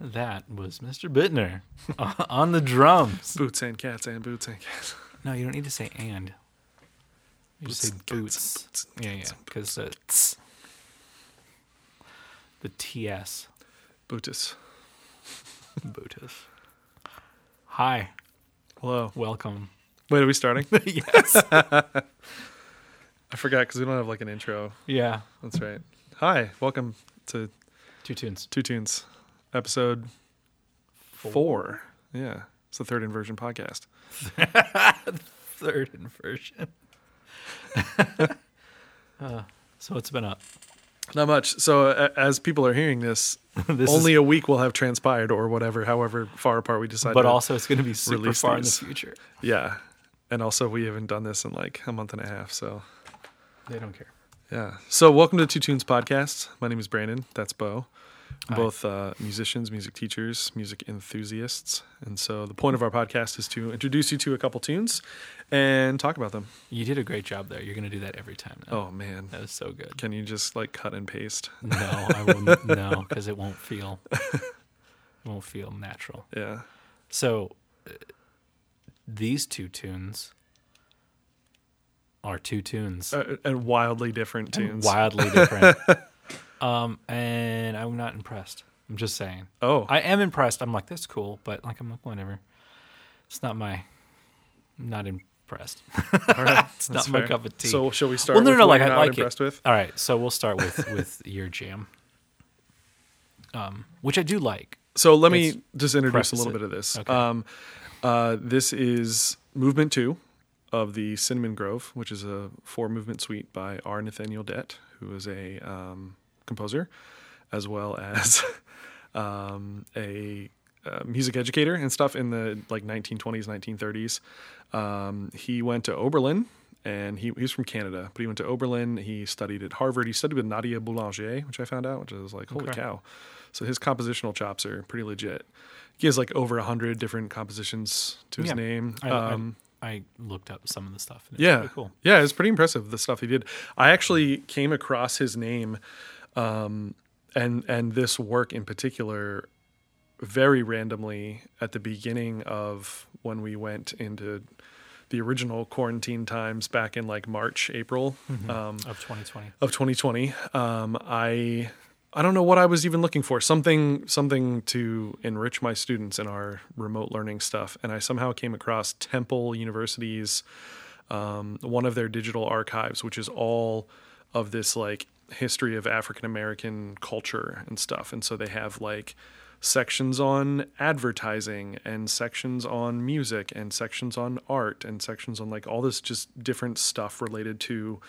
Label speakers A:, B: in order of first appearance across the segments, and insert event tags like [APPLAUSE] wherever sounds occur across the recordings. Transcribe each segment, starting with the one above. A: That was Mr. Bittner uh, on the drums.
B: Boots and cats and boots and cats. [LAUGHS]
A: No, you don't need to say and. You just say
B: Boots and cats and
A: boots.
B: boots and
A: Yeah, yeah,
B: cats and
A: because the tss. the TS
B: Bootus.
A: Bootus. Hi,
B: Hello.
A: [LAUGHS] welcome.
B: Wait, are we starting?
A: yes.
B: I forgot because we don't have like an intro.
A: Yeah.
B: That's right. Hi, welcome to
A: Two tunes.
B: Two Tunes, episode four. Yeah, it's the third inversion podcast.
A: Third inversion. [LAUGHS] uh, so what's been up?
B: Not much. So uh, as people are hearing this,
A: [LAUGHS] this
B: only a week will have transpired or whatever, however far apart we decide.
A: but
B: to-
A: also it's going to be super
B: release
A: far
B: these.
A: in the future.
B: yeah, and also we haven't done this in like a month and a half. So
A: They don't care.
B: Yeah. So, welcome to Two Tunes Podcast. My name is Brandon. That's Bo.
A: Hi.
B: Both uh, musicians, music teachers, music enthusiasts. And so, the point of our podcast is to introduce you to a couple tunes and talk about them.
A: You did a great job there. You're going to do that every time now.
B: Oh, man.
A: That was so good.
B: Can you just like cut and paste?
A: No, I won't. no, because it won't feel. It won't feel natural.
B: Yeah.
A: So, uh, these two tunes are two tunes,
B: Uh, and wildly different tunes.
A: wildly different.
B: [LAUGHS]
A: um, and I'm not impressed. I'm just saying. [LAUGHS]
B: oh,
A: I am impressed. I'm like, that's cool, but like, I'm like, whatever. It's not my. I'm not impressed. [LAUGHS]
B: all right.
A: It's not
B: That's
A: my
B: fair.
A: cup of tea.
B: So, shall we start
A: Well, no,
B: with
A: no, no,
B: what
A: like,
B: you're
A: I
B: not
A: like it.
B: impressed with?
A: All right, so we'll start with with [LAUGHS] your jam, um, which I do like.
B: So, let
A: Let's
B: me just introduce a
A: preface
B: little
A: it.
B: bit of this.
A: Okay.
B: Um, uh, this is movement two of the Cinnamon Grove, which is a four movement suite by R. Nathaniel Dett, who is a um, composer as well as [LAUGHS] um, a uh, music educator and stuff in the like 1920s, 1930s. Um, he went to Oberlin and he, he's from Canada, but he went to Oberlin. He studied at Harvard. He studied with Nadia Boulanger, which I found out, which I was like, holy
A: Okay.
B: cow. So his compositional chops are pretty legit. He has like over a hundred different compositions to his
A: Yeah.
B: name.
A: I,
B: um,
A: I, I looked up some of the stuff. And it's
B: yeah,
A: pretty cool.
B: yeah, it's pretty impressive the stuff he did. I actually came across his name, um, and and this work in particular, very randomly at the beginning of when we went into the original quarantine times back in like March, April.
A: Mm-hmm.
B: Um,
A: Of 2020,
B: of 2020. Um, I I don't know what I was even looking for. Something something to enrich my students in our remote learning stuff, and I somehow came across Temple University's um, one of their digital archives, which is all of this like history of African American culture and stuff. And so they have like sections on advertising and sections on music and sections on art and sections on like all this just different stuff related to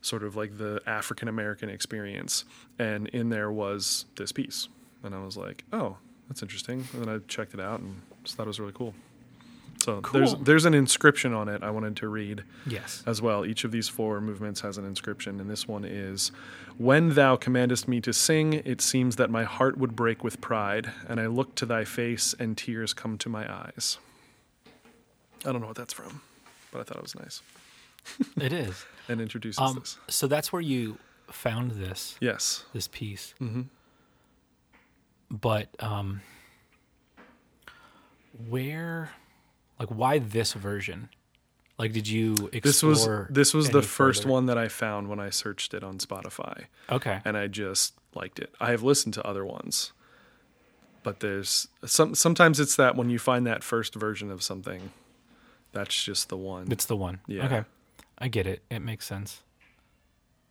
B: sort of like the African American experience. And in there was this piece. And I was like, oh, that's interesting. And then I checked it out and just thought it was really cool. So there's
A: Cool.
B: there's an inscription on it I wanted to read
A: yes,
B: as well. Each of these four movements has an inscription, and this one is When thou commandest me to sing, it seems that my heart would break with pride, and I look to thy face, and tears come to my eyes. I don't know what that's from, but I thought it was nice.
A: [LAUGHS] it is.
B: And introduces
A: Um,
B: this.
A: so that's where you found this
B: Yes.
A: this piece.
B: Mm-hmm.
A: But um, where, like, why this version? Like, did you explore?
B: This was this was the
A: any
B: first
A: further?
B: one that I found when I searched it on Spotify.
A: Okay,
B: and I just liked it. I have listened to other ones, but there's some. Sometimes it's that when you find that first version of something, that's just the one.
A: it's the one.
B: Yeah.
A: Okay, I get it. It makes sense.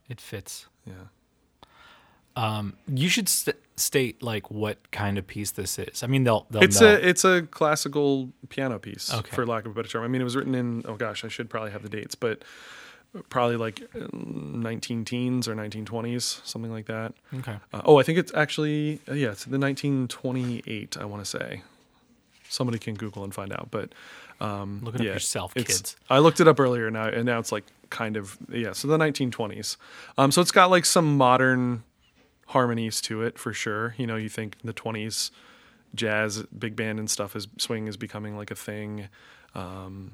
A: It fits.
B: yeah.
A: Um, you should st- state like what kind of piece this is. I mean, they'll they'll
B: It's
A: know.
B: a it's a classical piano piece,
A: Okay.
B: for lack of a better term. I mean, it was written in oh gosh, I should probably have the dates, but probably like uh, nineteen teens or nineteen twenties, something like that.
A: okay.
B: Uh, oh, I think it's actually uh, yeah, it's the 1928. I want to say. Somebody can Google and find out, but um,
A: Look it up
B: yeah,
A: yourself,
B: it's-
A: kids.
B: I looked it up earlier, now and now it's like kind of yeah. So the 1920s. Um, so it's got like some modern harmonies to it for sure. You know, you think the 20s jazz, big band, and stuff is swing is becoming like a thing. Um,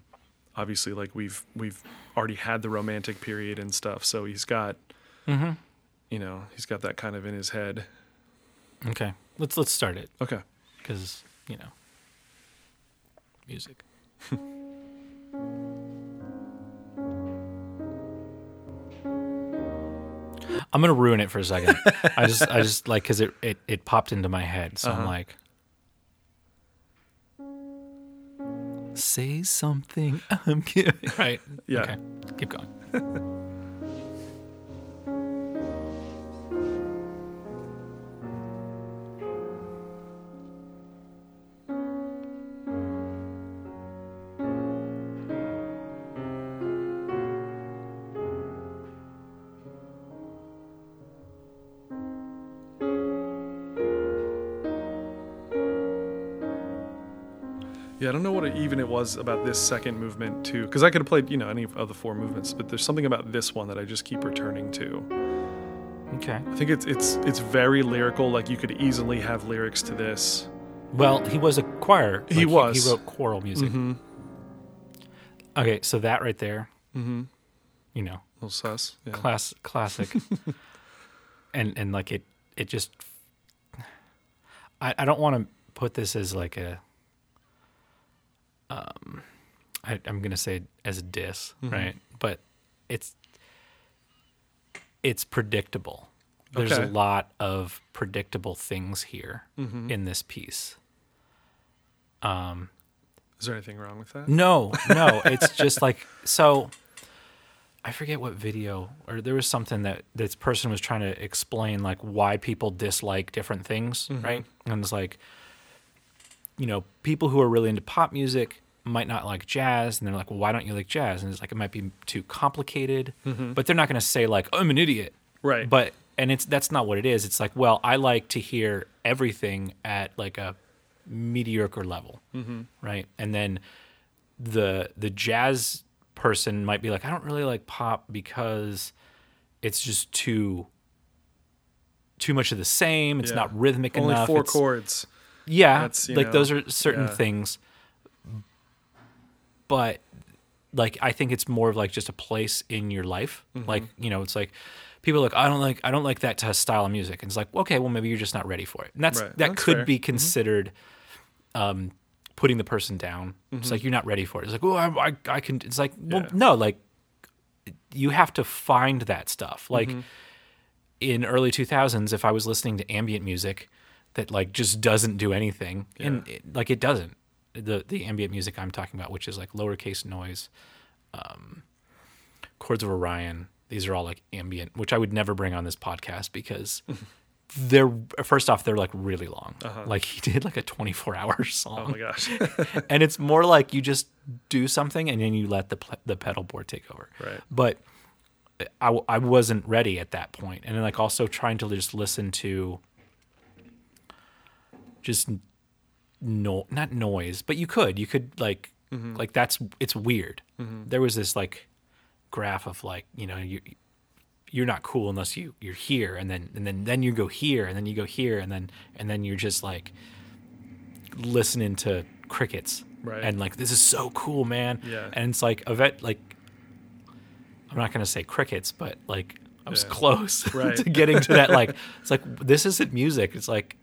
B: obviously, like we've we've already had the romantic period and stuff, so he's got
A: Mm-hmm.
B: you know he's got that kind of in his head.
A: Okay. Let's let's start it.
B: Okay.
A: because you know, music. [LAUGHS] I'm gonna ruin it for a
B: [LAUGHS]
A: second. I just, I just like because it, it, it popped into my head, so I'm
B: Uh-huh.
A: like, say something. I'm kidding. Right?
B: Yeah.
A: Okay. Keep going.
B: Yeah, I don't know what it, even it was about this second movement too, because I could have played you know any of the four movements, but there's something about this one that I just keep returning to.
A: Okay.
B: I think it's it's it's very lyrical. Like you could easily have lyrics to this.
A: Well, he was a choir. like,
B: He was.
A: He wrote choral music.
B: Mhm.
A: Okay, so that right there,
B: Mm-hmm.
A: you know,
B: Little sus. Yeah.
A: class classic,
B: [LAUGHS]
A: and and like it, it just. I I don't want to put this as like a. Um, I, I'm gonna say as a diss,
B: Mm-hmm.
A: right? But it's it's predictable. There's
B: Okay. Mm-hmm.
A: a lot of predictable things here in this piece.
B: Is there anything wrong with that?
A: No, no. It's just like so. I forget what video or there was something that this person was trying to explain like why people dislike different things, right? And it's like, you know, people who are really into pop music might not like jazz, and they're like, well, why don't you like jazz? And it's like it might be too complicated, but they're not going to say like, I'm an idiot,
B: Right.
A: But and it's that's not what it is. It's like, well, I like to hear everything at like a mediocre level, right? And then the the jazz person might be like, I don't really like pop because it's just too too much of the same. It's
B: Yeah.
A: not rhythmic
B: Only
A: enough.
B: four
A: it's,
B: chords.
A: Yeah,
B: That's, you
A: like
B: know,
A: those are certain
B: yeah.
A: things, but like I think it's more of like just a place in your life.
B: Mm-hmm.
A: Like you know, it's like people are like I don't like I don't like that t- style of music, and it's like okay, well maybe you're just not ready for it. And that's
B: Right.
A: that
B: That's
A: could
B: fair. Mm-hmm.
A: be considered. Um, putting the person down. It's like you're not ready for it. It's like, oh, I, I, I can. It's like, well,
B: Mm-hmm. Yeah.
A: no, like you have to find that stuff. Like
B: Mm-hmm.
A: in early 2000s, if I was listening to ambient music that like just doesn't do anything, and it, like it doesn't. The the ambient music I'm talking about, which is like lowercase noise, um, chords of Orion. These are all like ambient, which I would never bring on this podcast because they're first off they're like really long. Like he did like a 24 hour [LAUGHS] song
B: Oh my gosh.
A: [LAUGHS] and it's more like you just do something and then you let the pl- the pedal board take over.
B: Right.
A: But I, w- I wasn't ready at that point, and then like also trying to just listen to just no not noise, but you could you could like
B: Mm-hmm.
A: like that's it's weird. There was this like graph of like you know you you're not cool unless you you're here and then and then then you go here and then you go here and then and then you're just like listening to crickets
B: Right.
A: and like this is so cool man
B: Yeah.
A: and it's like a vet like i'm not going to say crickets but like i was
B: Yeah.
A: close [LAUGHS]
B: Right.
A: to getting to that
B: [LAUGHS]
A: like it's like this isn't music it's like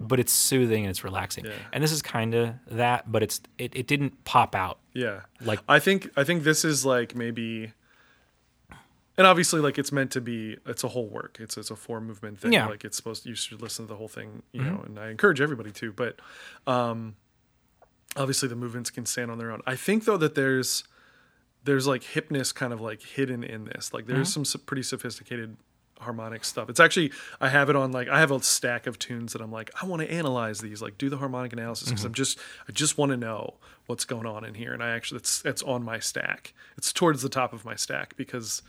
A: but it's soothing and it's relaxing
B: Yeah.
A: and this is kind of that but it's it, it didn't pop out
B: Yeah.
A: Like-
B: I think I think this is like maybe and obviously like it's meant to be it's a whole work. It's it's a four movement thing.
A: Yeah. Mm-hmm.
B: Like it's supposed you should listen to the whole thing, you know, and I encourage everybody to, but um obviously the movements can stand on their own. I think though that there's there's like hipness kind of like hidden in this. Like there's some so- pretty sophisticated harmonic stuff. It's actually I have it on like I have a stack of tunes that I'm like I want to analyze these, like do the harmonic analysis because I'm just I just want to know what's going on in here. And I actually it's it's on my stack. It's towards the top of my stack because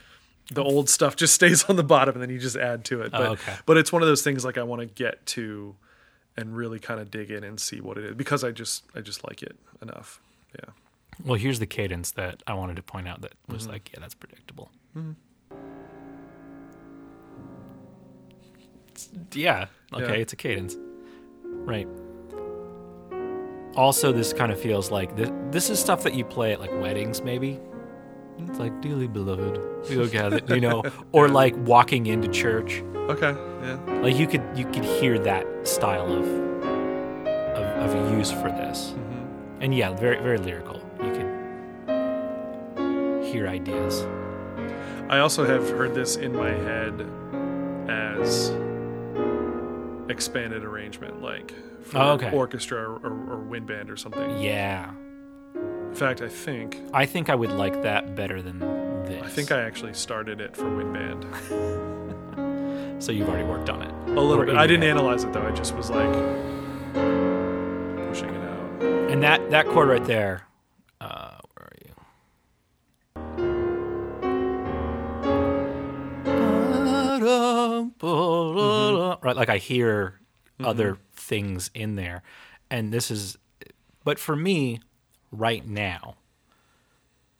B: the old stuff just [LAUGHS] stays on the bottom and then you just add to it. But
A: okay.
B: but it's one of those things like I want to get to and really kind of dig in and see what it is because I just I just like it enough. Yeah.
A: well here's the cadence that i wanted to point out that was like yeah that's predictable It's- yeah okay
B: Yeah.
A: it's a cadence right also this kind of feels like this, this is stuff that you play at like weddings maybe it's like dearly beloved we go gather you know or like walking into church
B: Okay. Yeah.
A: like you could you could hear that style of of of use for this.
B: Mm-hmm.
A: And yeah, very very lyrical. You can hear ideas.
B: I also have heard this in my head as expanded arrangement, like for
A: Oh, okay.
B: orchestra or, or, or wind band or something.
A: Yeah.
B: In fact, I think
A: I think I would like that better than this.
B: I think I actually started it for wind band
A: So you've already worked on it.
B: a little
A: Or
B: bit.
A: in
B: I didn't
A: it.
B: analyze it though. I just was like pushing it out.
A: And that that chord right there, uh, where are you? Right, like I hear other things in there, and this is, but for me, right now,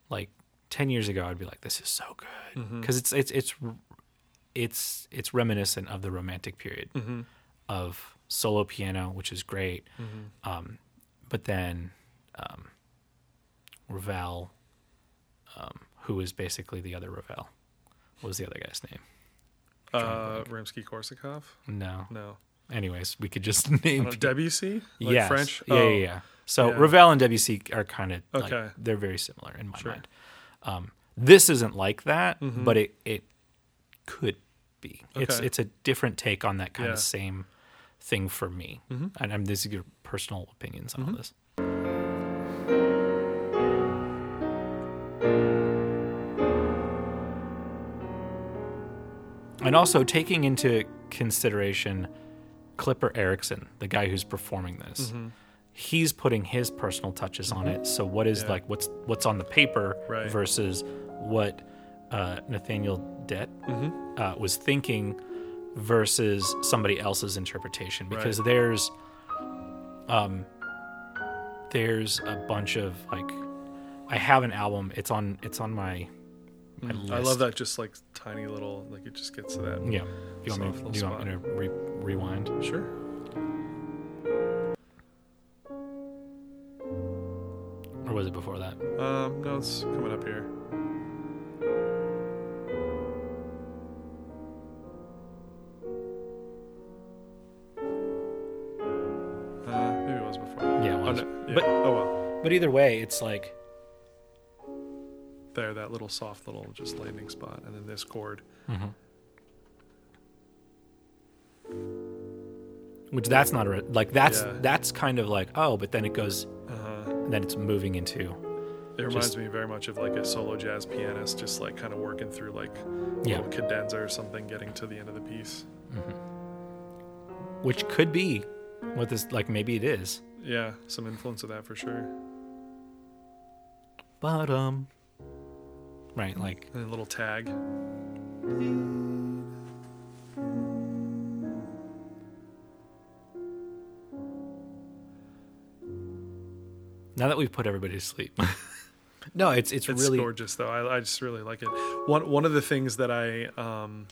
A: like ten years ago, I'd be like, this is so good because it's it's it's it's it's reminiscent of the Romantic period of solo piano, which is great but then um, Ravel, um, who is basically the other Ravel, what was the other guy's name?
B: Uh, Rimsky Korsakov?
A: No.
B: No.
A: Anyways, we could just [LAUGHS] name.
B: Uh, Debussy? Like
A: Yes.
B: French?
A: Yeah,
B: Oh,
A: yeah, yeah. So
B: Yeah.
A: Ravel and Debussy are kind of
B: Okay.
A: like they're very similar in my mind. Um, this isn't like that, but it it could be. It's
B: Mm-hmm. Okay.
A: it's a different take on that kind
B: Yeah. Mm-hmm.
A: of same thing for me. And I'm this is your personal opinions on all this. And also taking into consideration Clipper Erickson, the guy who's performing this,
B: Mm-hmm.
A: he's putting his personal touches on it. So what is like what's what's on the paper
B: Right.
A: versus what uh, Nathaniel Det
B: Mm-hmm.
A: uh, was thinking versus somebody else's interpretation because there's um there's a bunch of like I have an album it's on it's on my, my list.
B: Mm. I love that just like tiny little like it just gets to that.
A: yeah do you
B: Soft
A: want me,
B: little
A: do you want me to
B: spot.
A: re- rewind
B: Sure.
A: or was it before that
B: Um, no, it's coming up here. Uh, maybe it was before.
A: Yeah, it was.
B: Oh, no. yeah.
A: But-
B: oh well.
A: but either way it's like
B: There, that little soft little just landing spot, and then this chord.
A: which that's not a re- like that's
B: Yeah.
A: that's kind of like oh but then it goes
B: Uh-huh.
A: and then it's moving into
B: It reminds
A: Just-
B: me very much of like a solo jazz pianist, just like kind of working through like a
A: Yeah.
B: little cadenza or something, getting to the end of the piece.
A: which could be what this like maybe it is
B: Yeah, some influence of that for sure.
A: but um right like
B: And a little tag.
A: now that we've put everybody to sleep [LAUGHS] no it's it's,
B: It's
A: really
B: gorgeous though. I, I just really like it. One one of the things that I um,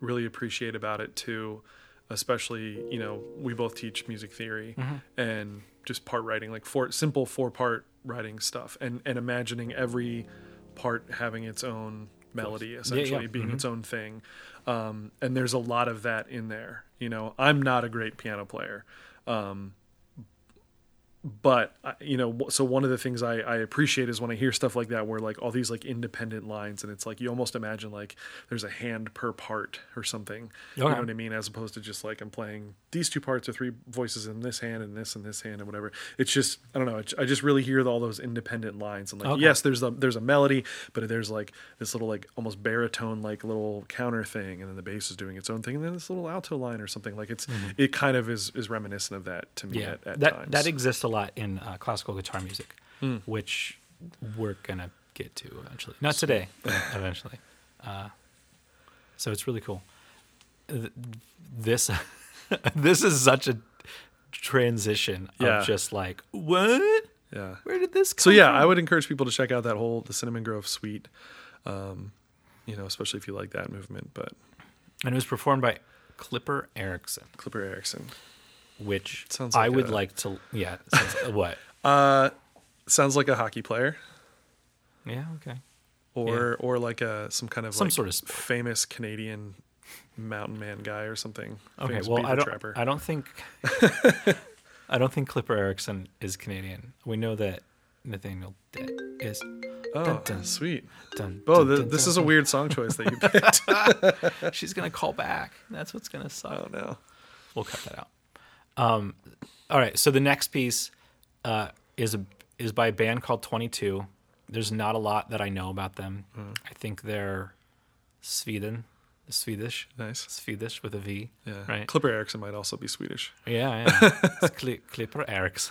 B: really appreciate about it too, especially you know we both teach music theory
A: Mm-hmm.
B: and just part writing, like four simple four part writing stuff, and and imagining every part having its own melody essentially being
A: Mm-hmm.
B: its own thing um, and there's a lot of that in there you know i'm not a great piano player but I- you know w- so one of the things I, I appreciate is when i hear stuff like that where like all these like independent lines and it's like you almost imagine like there's a hand per part or something you know
A: Okay.
B: what i mean as opposed to just like i'm playing these two parts or three voices in this hand and this and this hand and whatever it's just i don't know it's- i just really hear all those independent lines and like
A: Okay.
B: yes there's the there's a melody but there's like this little like almost baritone like little counter thing and then the bass is doing its own thing and then this little alto line or something like it's it kind of is is reminiscent of that to me
A: Mm-hmm. yeah
B: at, at
A: that
B: times Hmm.
A: that exists a lot in uh, classical guitar music which we're gonna get to eventually not
B: [LAUGHS]
A: today but eventually uh, so it's really cool Th- this [LAUGHS] this is such a transition
B: Yeah.
A: of just like what
B: yeah
A: where did this come
B: So yeah, I would encourage people to check out that whole the Cinnamon Grove Suite, um, you know, especially if you like that movement. But
A: and it was performed by clipper erickson
B: Clipper Erickson
A: which
B: Sounds
A: I
B: like
A: would
B: a-
A: like to. Yeah. sounds-
B: [LAUGHS]
A: what?
B: Uh, sounds like a hockey player
A: Yeah. Okay.
B: or or like a some kind of
A: Some
B: like
A: sort of sport.
B: famous Canadian mountain man guy or something.
A: Okay.
B: Famous
A: Well,
B: beaver [LAUGHS]
A: I don't.
B: trapper.
A: I don't think. I don't think Clipper Erickson is Canadian. We know that Nathaniel Dett is.
B: Oh,
A: Dun, dun.
B: sweet.
A: Dun,
B: Bo,
A: dun,
B: Oh, th-
A: dun,
B: this
A: dun,
B: is a
A: dun.
B: weird song
A: [LAUGHS]
B: choice that you picked.
A: She's gonna call back. That's what's gonna suck.
B: oh no.
A: We'll cut that out. Um, all right. So the next piece uh, is a, is by a band called Twenty Two. There's not a lot that I know about them.
B: Mm.
A: I think they're Sweden, Swedish,
B: Nice.
A: Swedish with a V.
B: Yeah.
A: Right.
B: Clipper Erickson might also be Swedish.
A: Yeah, yeah.
B: [LAUGHS]
A: it's Cli Clipper Eriks.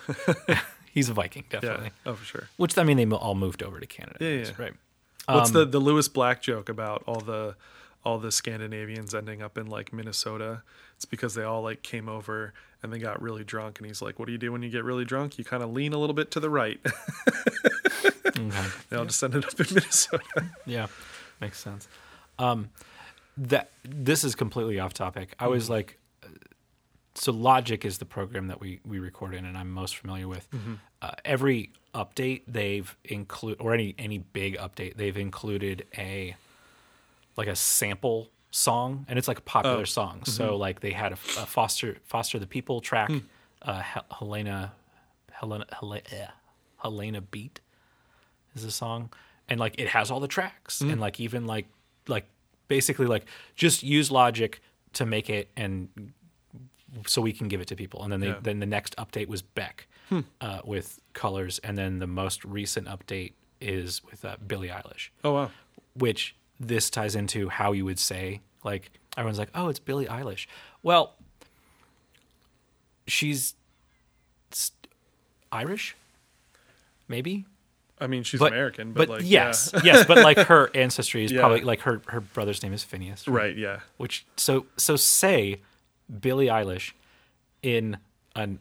A: He's a Viking,
B: Yeah.
A: definitely.
B: Oh, for sure.
A: Which I mean, they mo- all moved over to Canada.
B: Yeah, yeah.
A: Right.
B: What's the
A: Um,
B: the Lewis Black joke about all the all the Scandinavians ending up in like Minnesota? It's because they all like came over and they got really drunk, and he's like, "What do you do when you get really drunk? You kind of lean a little bit to the right." [LAUGHS] they all just ended up in Minnesota.
A: Yeah, [LAUGHS] makes sense. Um, that this is completely off topic. I was like, uh, so Logic is the program that we we record in, and I'm most familiar with.
B: Mm-hmm.
A: Uh, every update they've include or any any big update they've included a like a sample song, and it's like a
B: Oh.
A: popular song. So
B: Mm-hmm.
A: like they had a, a Foster Foster the People track,
B: Hmm.
A: uh, Hel- Helena Helena Helena, Helena Beat is a song and like it has all the tracks and like even like like basically like just use logic to make it and so we can give it to people and then they,
B: Yeah.
A: then the next update was beck uh, with colors and then the most recent update is with uh, billie eilish
B: Oh wow.
A: which this ties into how you would say like everyone's like oh it's billie eilish well she's st- irish maybe
B: I mean, she's American, but, like,
A: yes,
B: yeah.
A: yes, but
B: [LAUGHS]
A: like her ancestry is
B: Yeah.
A: probably like her her brother's name is Phineas,
B: right, yeah, [LAUGHS]
A: Which so so say Billie Eilish in an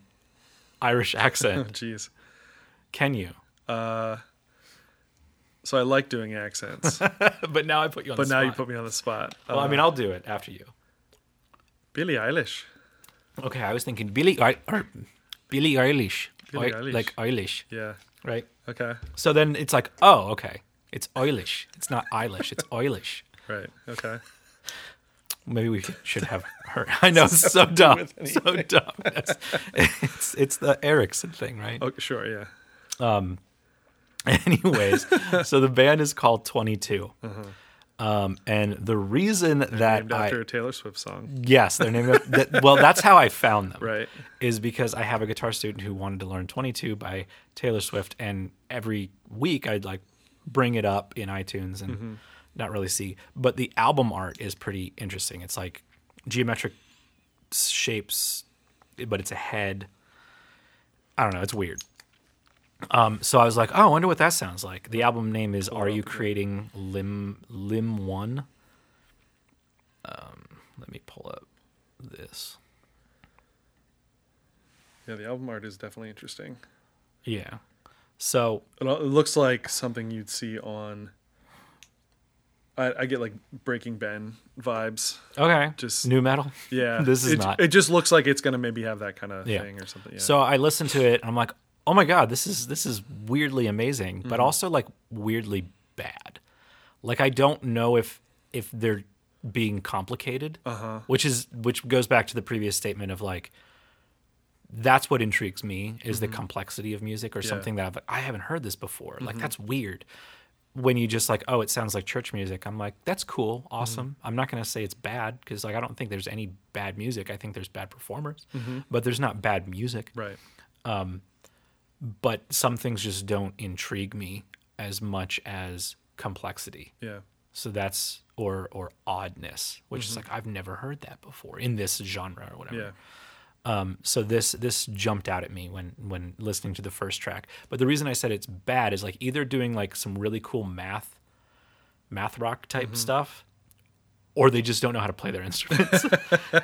A: Irish
B: [LAUGHS]
A: accent,
B: jeez.
A: can you?
B: So I like
A: [LAUGHS]
B: doing accents,
A: but now I put you on.
B: but
A: the
B: now
A: spot.
B: you put me on the spot. Uh,
A: Well, I mean, I'll do it after you.
B: Billie Eilish.
A: Okay, I was thinking Billie I- or Billie Eilish, Oi-
B: Billie Eilish.
A: like Eilish,
B: Yeah.
A: right?
B: Okay.
A: So then it's like, oh, okay, it's Eilish. It's not Eilish. It's Eilish.
B: Right. Okay.
A: Maybe
B: [LAUGHS]
A: we should have her. [LAUGHS] I know, so, dumb,
B: with
A: so dumb. That's- it's it's the Erickson thing, right?
B: Oh, sure. Yeah.
A: [LAUGHS] Anyways, so the band is
B: [LAUGHS]
A: called Twenty um, and the reason
B: Uh-huh. Named
A: that I
B: after a Taylor Swift song.
A: yes, they're named after, that, well, that's how I found them.
B: Right.
A: is because I have a guitar student who wanted to learn 22 by Taylor Swift, and every week I'd like bring it up in iTunes and not really see. But the album art is pretty interesting. It's like geometric shapes, but it's a head. I don't know. It's weird. Um, so I was like, oh, I wonder what that sounds like. The album name is "Are You Creating Lim Lim One." Um, let me pull up this.
B: Yeah, the album art is definitely interesting.
A: Yeah. So
B: It al- it looks like something you'd see on. I, I get like Breaking Ben vibes.
A: okay,
B: Just-
A: new metal.
B: Yeah,
A: [LAUGHS] This is
B: it,
A: not-
B: It just looks like it's gonna maybe have that kind of
A: Yeah.
B: thing or something. Yeah.
A: So I listened to it. and I'm like, oh my god, this is this is weirdly amazing, but
B: Mm-hmm.
A: also like weirdly bad. Like I don't know if if they're being complicated,
B: Uh-huh.
A: which is which goes back to the previous statement of like that's what intrigues me is the complexity of music or something that I've, I haven't heard this before. Like that's weird. When you just like, oh, it sounds like church music. I'm like, that's cool, awesome. I'm not gonna say it's bad because like I don't think there's any bad music. I think there's bad performers, but there's not bad music.
B: right.
A: But some things just don't intrigue me as much as complexity.
B: Yeah.
A: So that's or or oddness, which is like I've never heard that before in this genre or whatever
B: Yeah.
A: so this this jumped out at me when when listening to the first track. But the reason I said it's bad is like either doing like some really cool math math rock type stuff or they just don't know how to play their [LAUGHS] instruments.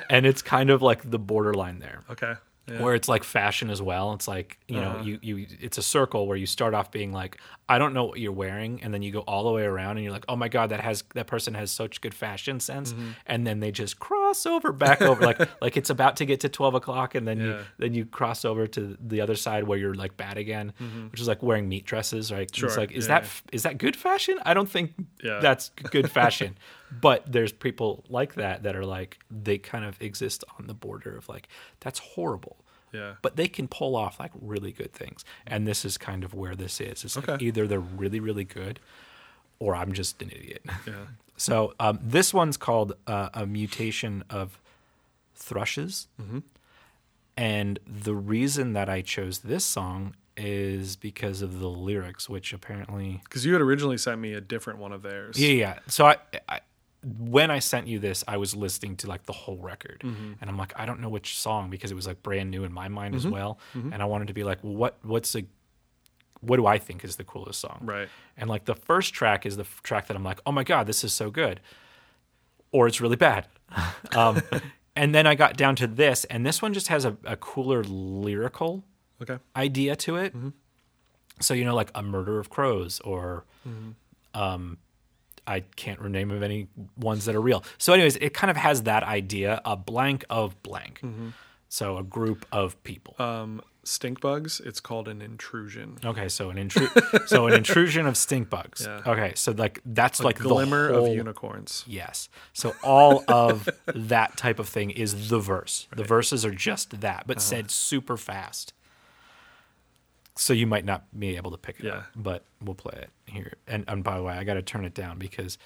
A: and it's kind of like the borderline there
B: Okay. Yeah. Uh-huh.
A: where it's like fashion as well. It's like you know, you you it's a circle where you start off being like, I don't know what you're wearing, and then you go all the way around, and you're like, oh my god, that has that person has such good fashion sense,
B: Mm-hmm.
A: and then they just cross over back over,
B: [LAUGHS]
A: like like it's about to get to twelve o'clock, and then you
B: Yeah.
A: then you cross over to the other side where you're like bad again, which is like wearing meat dresses, right?
B: Mm-hmm. Sure,
A: It's like is
B: yeah,
A: that f is that good fashion? I don't think
B: Yeah.
A: that's g- good fashion. [LAUGHS] but there's people like that that are like they kind of exist on the border of like that's horrible.
B: Yeah.
A: but they can pull off like really good things. And this is kind of where this is. It's like
B: Okay.
A: either they're really, really good or I'm just an idiot. [LAUGHS]
B: Yeah.
A: So um, this one's called uh, A Mutation of Thrushes.
B: Mm-hmm.
A: And the reason that I chose this song is because of the lyrics, which apparently.
B: Because you had originally sent me a different one of theirs.
A: Yeah, yeah. So I, I when I sent you this, I was listening to like the whole record, and I'm like, I don't know which song because it was like brand new in my mind as well, and I wanted to be like, well, what what's the what do I think is the coolest song?
B: Right.
A: And like the first track is the f- track that I'm like, oh my god, this is so good, or it's really bad. um, and then I got down to this, and this one just has a, a cooler lyrical
B: Okay.
A: idea to it.
B: Mm-hmm.
A: So you know, like a murder of crows, or um,
B: Mm-hmm.
A: I can't rename of any ones that are real. So, anyways, it kind of has that idea: a blank of blank.
B: Mm-hmm.
A: So a group of people.
B: Um, stink bugs. It's called an intrusion.
A: okay, so an intru- so an intrusion of stink bugs.
B: [LAUGHS] Yeah.
A: Okay, so like that's like
B: Glimmer
A: the whole,
B: of unicorns.
A: Yes. So all of that type of thing is the verse. The verses are just that, but said super fast. So you might not be able to pick it
B: Yeah.
A: up, but we'll play it here. And, and by the way, I got to turn it down because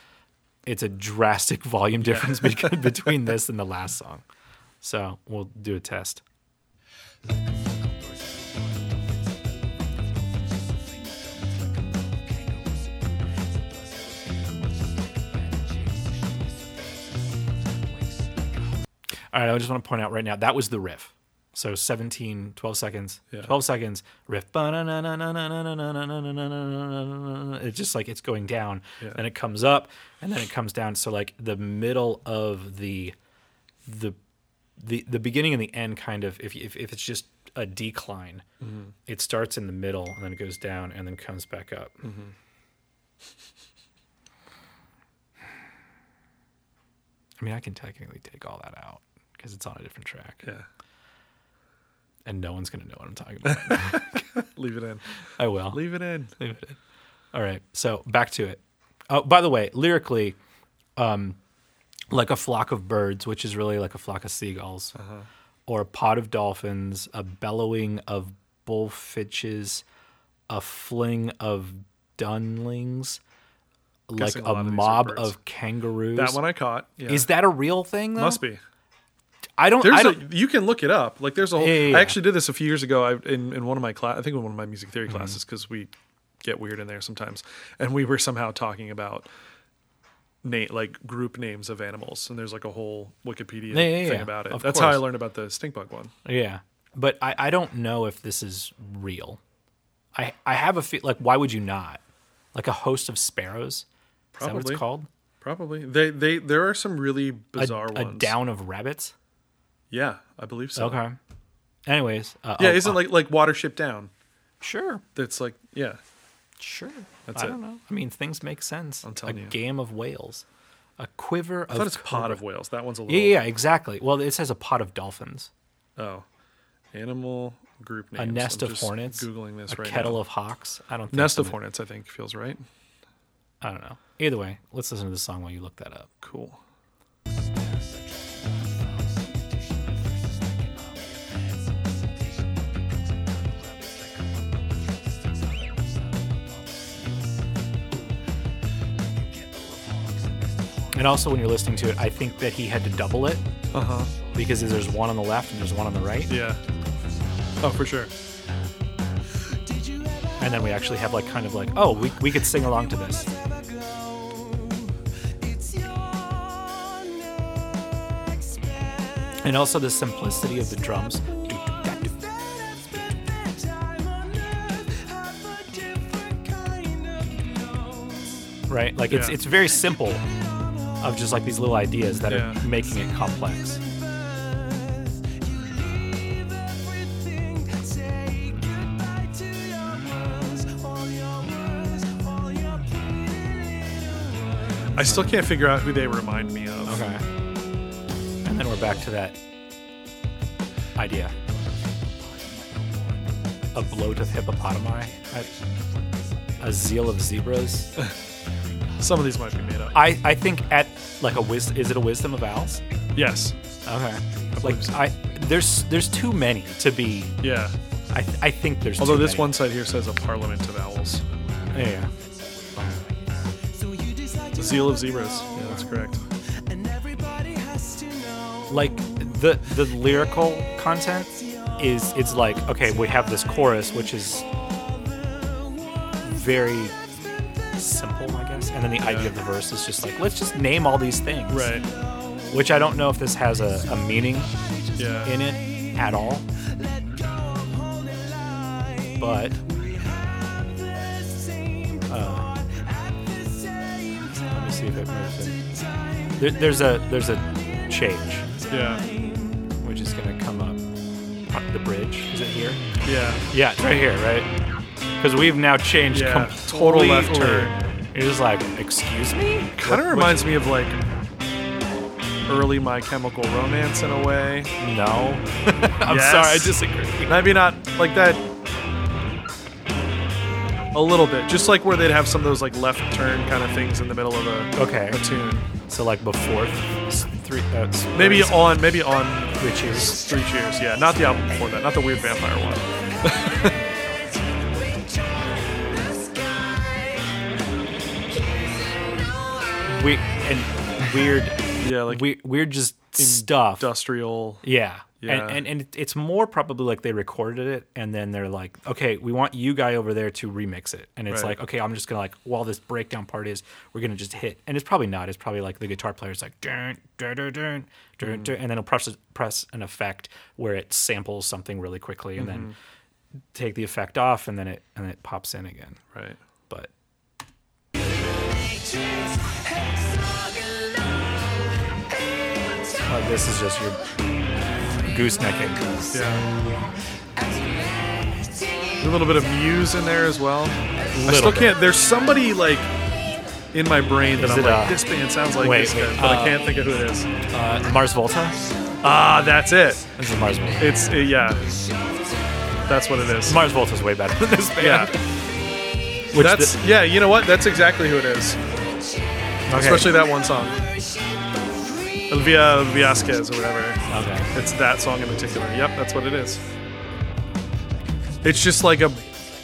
A: it's a drastic [LAUGHS] volume difference beca- between this and the last song. So we'll do a test. All right, I just want to point out right now that was the riff. So 17, 12 seconds, 12 seconds, riff. It's just like it's going down, then it comes up, and then it comes down. So like the middle of the the the the beginning and the end kind of if if, if it's just a decline, it starts in the middle and then it goes down and then comes back up. [SIGHS] I mean, I can technically take all that out because it's on a different track,
B: Yeah.
A: and no one's gonna know what I'm talking about.
B: Leave it in.
A: I will.
B: Leave it in.
A: Leave it in. All right. So back to it. Oh, by the way, lyrically, um, like a flock of birds, which is really like a flock of seagulls,
B: Uh-huh.
A: or a pod of dolphins, a bellowing of bullfinches, a fling of dunlings, like
B: Guessing a lot
A: a
B: of these are
A: mob
B: birds.
A: of kangaroos.
B: That one I caught. Yeah.
A: Is that a real thing? Though?
B: Must be.
A: I don't. I
B: There's
A: don't.
B: a, you can look it up. Like there's a whole.
A: Yeah, yeah, yeah.
B: I actually did this a few years ago. I in, in one of my class. I think in one of my music
A: Mm-hmm.
B: theory classes because we get weird in there sometimes. And we were somehow talking about na- like group names of animals. And there's like a whole Wikipedia
A: Yeah, yeah,
B: thing
A: yeah.
B: about it.
A: Of
B: That's how I
A: course.
B: learned about the stink bug one.
A: Yeah, but I, I don't know if this is real. I I have a feel like why would you not? Like a host of sparrows. Is that what
B: Probably.
A: it's called?
B: Probably they they there are some really bizarre
A: a
B: ones.
A: down of rabbits.
B: Yeah, I believe so.
A: Okay. Anyways, uh,
B: Yeah,
A: oh,
B: isn't
A: uh,
B: like like Watership Down?
A: sure,
B: That's like yeah.
A: sure.
B: That's
A: I
B: it.
A: don't know. I mean, things make sense. I'm
B: telling
A: a
B: you.
A: gam of whales, a quiver
B: I
A: of
B: thought it's
A: cobra-
B: Pot of Whales. That one's a little.
A: Yeah, yeah, yeah, exactly. Well, it says a pot of dolphins,
B: Oh, animal group
A: a
B: names.
A: nest
B: I'm
A: of
B: just
A: hornets,
B: Googling this
A: a
B: right
A: kettle
B: now.
A: of hawks. I don't think
B: nest
A: so.
B: of hornets. I think feels right.
A: I don't know. Either way, let's listen to this song while you look that up.
B: Cool.
A: And also, when you're listening to it, I think that he had to double it
B: Uh huh.
A: because there's one on the left and there's one on the right.
B: Yeah. Oh, for sure.
A: And then we actually have like kind of like, oh, we, we could sing along to this. And also the simplicity of the drums. Right? Like it's
B: Yeah.
A: it's very simple of just like these little ideas that
B: Yeah.
A: are making it complex.
B: I still can't figure out who they remind me of.
A: And then we're back to that idea. A bloat of hippopotami. A- A zeal of [LAUGHS] zebras.
B: Some of these might be made up.
A: I, I think at like a wis is it a wisdom of owls?
B: yes.
A: Okay. Like I, there's there's too many to be.
B: Yeah.
A: I I think there's.
B: Although
A: too
B: this
A: many.
B: one side here says a parliament of owls.
A: Yeah, yeah.
B: The zeal of zebras. Yeah, that's correct.
A: Like the the lyrical content is it's like okay we have this chorus which is very simple I guess and then the idea of the verse is just like let's just name all these things
B: Right.
A: which I don't know if this has a, a meaning
B: Yeah.
A: in it at all but uh, let me see if it moves it. There, there's a there's a change
B: yeah.
A: which is gonna come up up the bridge is it here
B: Yeah.
A: yeah, it's right here, right? Because we've now changed
B: Yeah,
A: completely.
B: total left turn.
A: You're just like, excuse me?
B: Kind of reminds me of like early My Chemical Romance in a way.
A: No. [LAUGHS] I'm
B: Yes.
A: sorry, I disagree.
B: Maybe not like that. A little bit, just like where they'd have some of those like left turn kind of things in the middle of a,
A: Okay.
B: a tune.
A: So like before th- three, uh, s-
B: Maybe
A: what is it?
B: on, maybe on
A: Three Cheers.
B: Three Cheers. Yeah, not the album before that, not the Weird Vampire one.
A: We and weird,
B: Yeah, like
A: we, weird just stuff.
B: industrial.
A: Yeah.
B: Yeah.
A: And, and and it's more probably like they recorded it and then they're like, okay, we want you guy over there to remix it. And it's
B: Right.
A: like, okay, I'm just gonna like while this breakdown part is, we're gonna just hit. And it's probably not. It's probably like the guitar player's like dun, dun, dun, dun,
B: Mm-hmm.
A: dun, dun, and then it'll press press an effect where it samples something really quickly and then
B: Mm-hmm.
A: take the effect off and then it and it pops in again.
B: Right.
A: But uh, this is just your goosenecking.
B: Yeah. A little bit of Muse in there as well. I
A: Little
B: still
A: bit.
B: can't. There's somebody like in my brain that
A: Is
B: I'm
A: it,
B: like,
A: uh,
B: this band sounds like
A: wait,
B: this
A: wait,
B: band, but
A: uh,
B: I can't think of who it is.
A: Uh, Mars Volta.
B: Ah, that's it.
A: This is Mars Volta.
B: It's uh, yeah. That's what it is.
A: Mars Volta is way better than [LAUGHS] this band.
B: Yeah.
A: Which
B: That's
A: the-
B: yeah. You know what? That's exactly who it is.
A: okay.
B: Especially that one song, Via Viasquez or whatever.
A: Okay.
B: It's that song in particular. Yep, that's what it is. It's just like a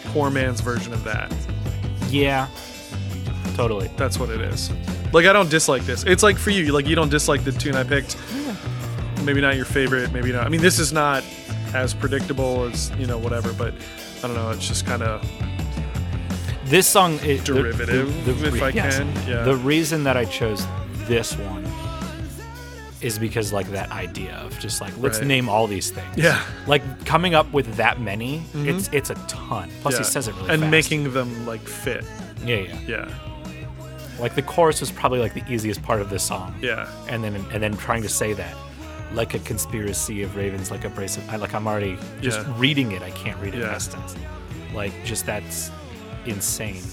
B: poor man's version of that.
A: Yeah. Totally.
B: That's what it is. Like I don't dislike this. It's like for you, like you don't dislike the tune I picked. Maybe not your favorite, maybe not. I mean, this is not as predictable as, you know, whatever, but I don't know, it's just kind of
A: This song it, the-
B: Derivative, if I can, yeah.
A: The reason that I chose this one is because like that idea of just like let's
B: Right.
A: name all these things.
B: Yeah. Mm-hmm.
A: Like coming up with that many, it's it's a ton. Plus he says it really
B: and
A: fast.
B: making them like fit.
A: yeah, yeah.
B: Yeah.
A: Like the chorus was probably like the easiest part of this song.
B: Yeah.
A: and then and then trying to say that like a conspiracy of ravens like a brace of I, like i'm already just
B: Yeah.
A: reading it i can't read it
B: Yeah.
A: past tense like just that's insane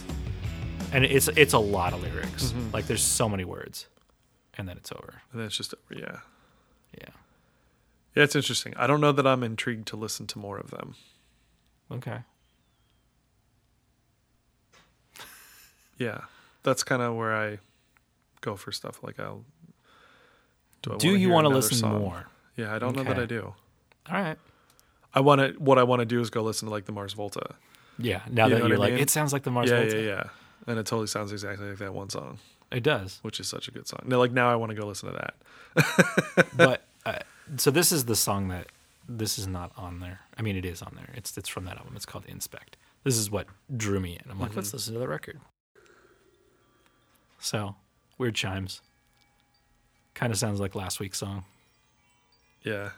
A: and it's it's a lot of lyrics
B: Mm-hmm.
A: like there's so many words and then it's over
B: And that's just yeah.
A: yeah
B: Yeah, it's interesting. I don't know that I'm intrigued to listen to more of them.
A: okay
B: Yeah. That's kind of where I go for stuff like I'll I
A: do
B: wanna
A: you
B: hear
A: want to
B: another
A: listen
B: song?
A: more
B: Yeah, I don't know that
A: Okay.
B: I do.
A: all right
B: I want to. What I want to do is go listen to like the Mars Volta.
A: yeah now
B: You know
A: that
B: what
A: you're
B: I
A: like
B: mean?
A: it sounds like the mars
B: yeah,
A: Volta.
B: yeah, yeah. And it totally sounds exactly like that one song,
A: it does
B: which is such a good song. No, like now I want to go listen to that.
A: but uh, so this is the song that this is not on there. I mean, it is on there. It's it's from that album. It's called Inspect. This is what drew me in. I'm like,
B: Mm-hmm.
A: let's listen to the record. So weird chimes. Kind of sounds like last week's song.
B: Yeah.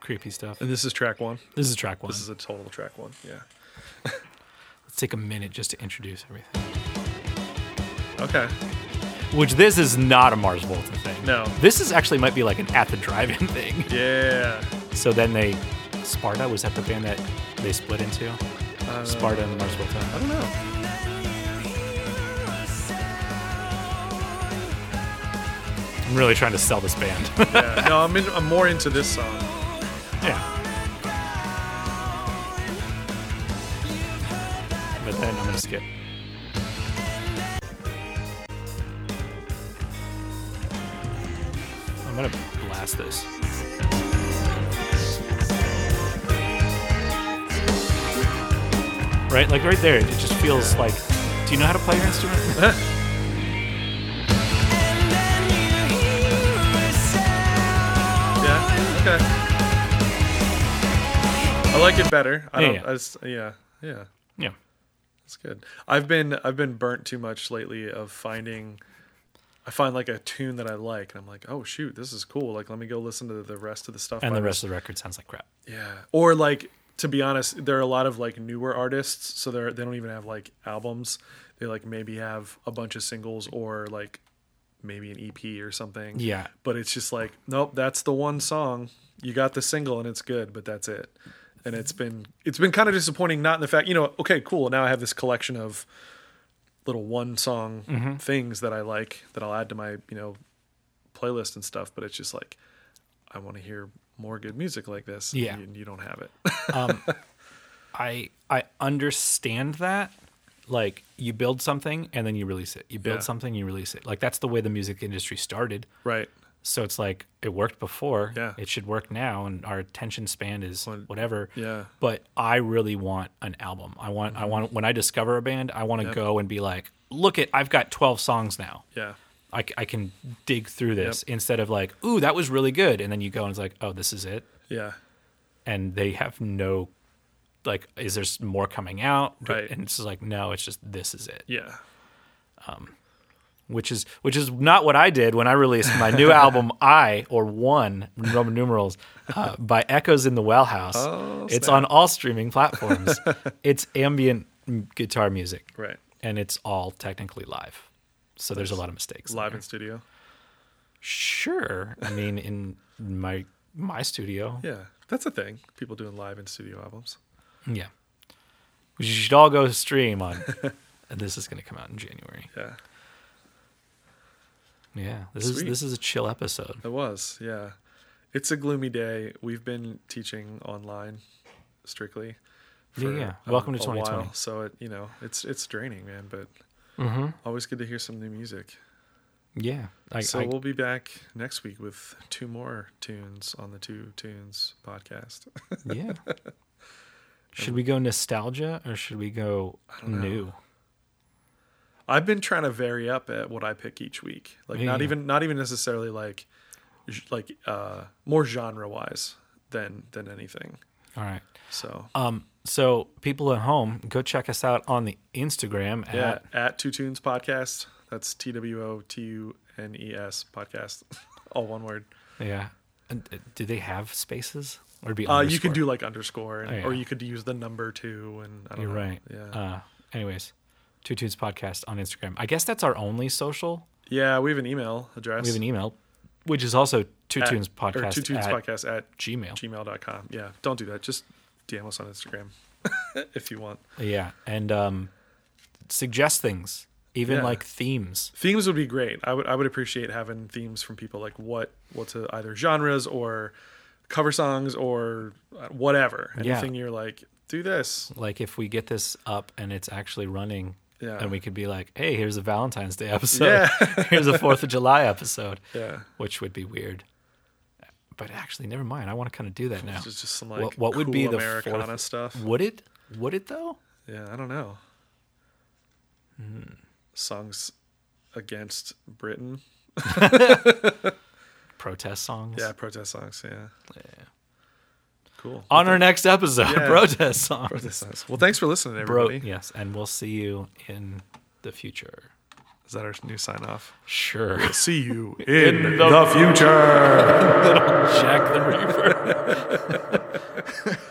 A: Creepy stuff.
B: And this is track one.
A: This is track one.
B: This is a total track one. Yeah.
A: Let's take a minute just to introduce everything.
B: Okay.
A: Which this is not a Mars Volta thing.
B: No.
A: This is actually might be like an at the drive-in thing.
B: Yeah.
A: So then they, Sparta was that the band that they split into?
B: Uh,
A: Sparta and Mars Volta.
B: I don't know.
A: I'm really trying to sell this band. [LAUGHS]
B: Yeah. No, I'm in, I'm more into this song.
A: yeah. But then I'm
B: gonna skip.
A: I'm gonna blast this. Right, like right there, it just feels like. Do you know how to play your instrument? [LAUGHS]
B: Yeah. Okay. I like it better. I
A: Yeah,
B: don't.
A: yeah.
B: I s- yeah. Yeah.
A: yeah.
B: That's good. I've been I've been burnt too much lately of finding. I find like a tune that I like, and I'm like, oh shoot, this is cool. Like, let me go listen to the rest of the stuff.
A: And
B: by
A: the rest of the record sounds like crap.
B: Yeah. Or like to be honest, there are a lot of like newer artists, so they're they don't even have like albums. They like maybe have a bunch of singles or like maybe an EP or something.
A: Yeah.
B: But it's just like, nope, that's the one song. You got the single and it's good, but that's it. And it's been it's been kind of disappointing not in the fact, you know, okay, cool. Now I have this collection of little one song things that I like that I'll add to my, you know, playlist and stuff, but it's just like I want to hear more good music like this. and
A: Yeah.
B: you, you don't have it. [LAUGHS]
A: I I understand that. Like you build something and then you release it. You build
B: Yeah.
A: something, you release it. Like that's the way the music industry started.
B: right.
A: So it's like it worked before.
B: Yeah.
A: It should work now, and our attention span is whatever.
B: yeah. Mm-hmm.
A: But I really want an album. I want. I want. When I discover a band, I want to go and be like, look at. I've got twelve songs now.
B: Yeah.
A: I, c- I can dig through this instead of like, ooh, that was really good, and then you go and it's like, oh, this is it,
B: Yeah.
A: and they have no, like, is there s- more coming out? Do-
B: Right.
A: And it's just like, no, it's just this is it,
B: Yeah.
A: which is which is not what I did when I released my
B: [LAUGHS]
A: new album, I or One Roman numerals, uh, by Echoes in the Well House.
B: Oh,
A: it's on all streaming
B: [LAUGHS]
A: platforms. it's ambient m- guitar music,
B: Right.
A: and it's all technically live, so there's a lot of mistakes.
B: Live in studio.
A: Sure. I
B: [LAUGHS]
A: mean, in my my studio.
B: Yeah. That's a thing. People doing live in studio albums.
A: Yeah. We should all go stream on. [LAUGHS] and this is going to come out in January.
B: Yeah.
A: Yeah. This is
B: Sweet.
A: this is a chill episode.
B: It was. Yeah. It's a gloomy day. We've been teaching online strictly.
A: Yeah, yeah. Welcome to 2020. Mm-hmm.
B: so it, you know, it's it's draining, man, but always good to hear some new music.
A: Yeah. I,
B: So
A: I-
B: we'll be back next week with two more tunes on the Two Tunes podcast. [LAUGHS]
A: yeah. Should we go nostalgia or should we go new?
B: I've been trying to vary up at what I pick each week. Like not
A: Yeah.
B: even not even necessarily like j- like uh more genre wise than than anything.
A: All right.
B: So
A: Um so people at home, go check us out on the Instagram
B: yeah,
A: at
B: at Two Tunes Podcast. That's T W O T U N E S podcast. [LAUGHS] All one word.
A: yeah. And, uh, do they have spaces or be
B: Uh, you can
A: underscore?
B: do like underscore, and,
A: Oh, yeah.
B: or you could use the number two. And I don't
A: You're
B: know.
A: right.
B: Yeah,
A: Uh, anyways, Two Tunes Podcast on Instagram. I guess that's our only social.
B: yeah. We have an email address.
A: We have an email, which is also Two
B: at-
A: Tunes
B: or
A: Podcast
B: Two Tunes
A: at
B: Podcast at
A: Gmail.
B: gmail.com. Yeah, don't do that. Just DM us on Instagram [LAUGHS] if you want.
A: yeah, and um, suggest things, even
B: Yeah.
A: like themes.
B: themes would be great. I would I would appreciate having themes from people like what what's a, either genres or cover songs or uh, whatever.
A: Yeah.
B: Anything you're like do this.
A: Like if we get this up and it's actually running,
B: Yeah.
A: and we could be like, "Hey, here's a Valentine's Day episode.
B: Yeah.
A: [LAUGHS] here's a Fourth of July episode,"
B: Yeah.
A: which would be weird. But actually, never mind. I want to kind of do that now.
B: It's just some like
A: What- what would
B: cool
A: be the
B: Americana
A: fourth-
B: stuff.
A: Would it? Would it though?
B: Yeah, I don't know.
A: Hmm.
B: Songs against Britain.
A: Protest songs.
B: Yeah, protest songs, yeah. Yeah. Cool.
A: on our next episode [LAUGHS]
B: Yeah.
A: protest song
B: protest songs. Well, thanks for listening
A: bro
B: everybody.
A: yes and we'll see you in the future
B: Is that our new sign off?
A: sure [LAUGHS]
B: See you in,
A: the
B: the future. [LAUGHS]
A: jack the reaper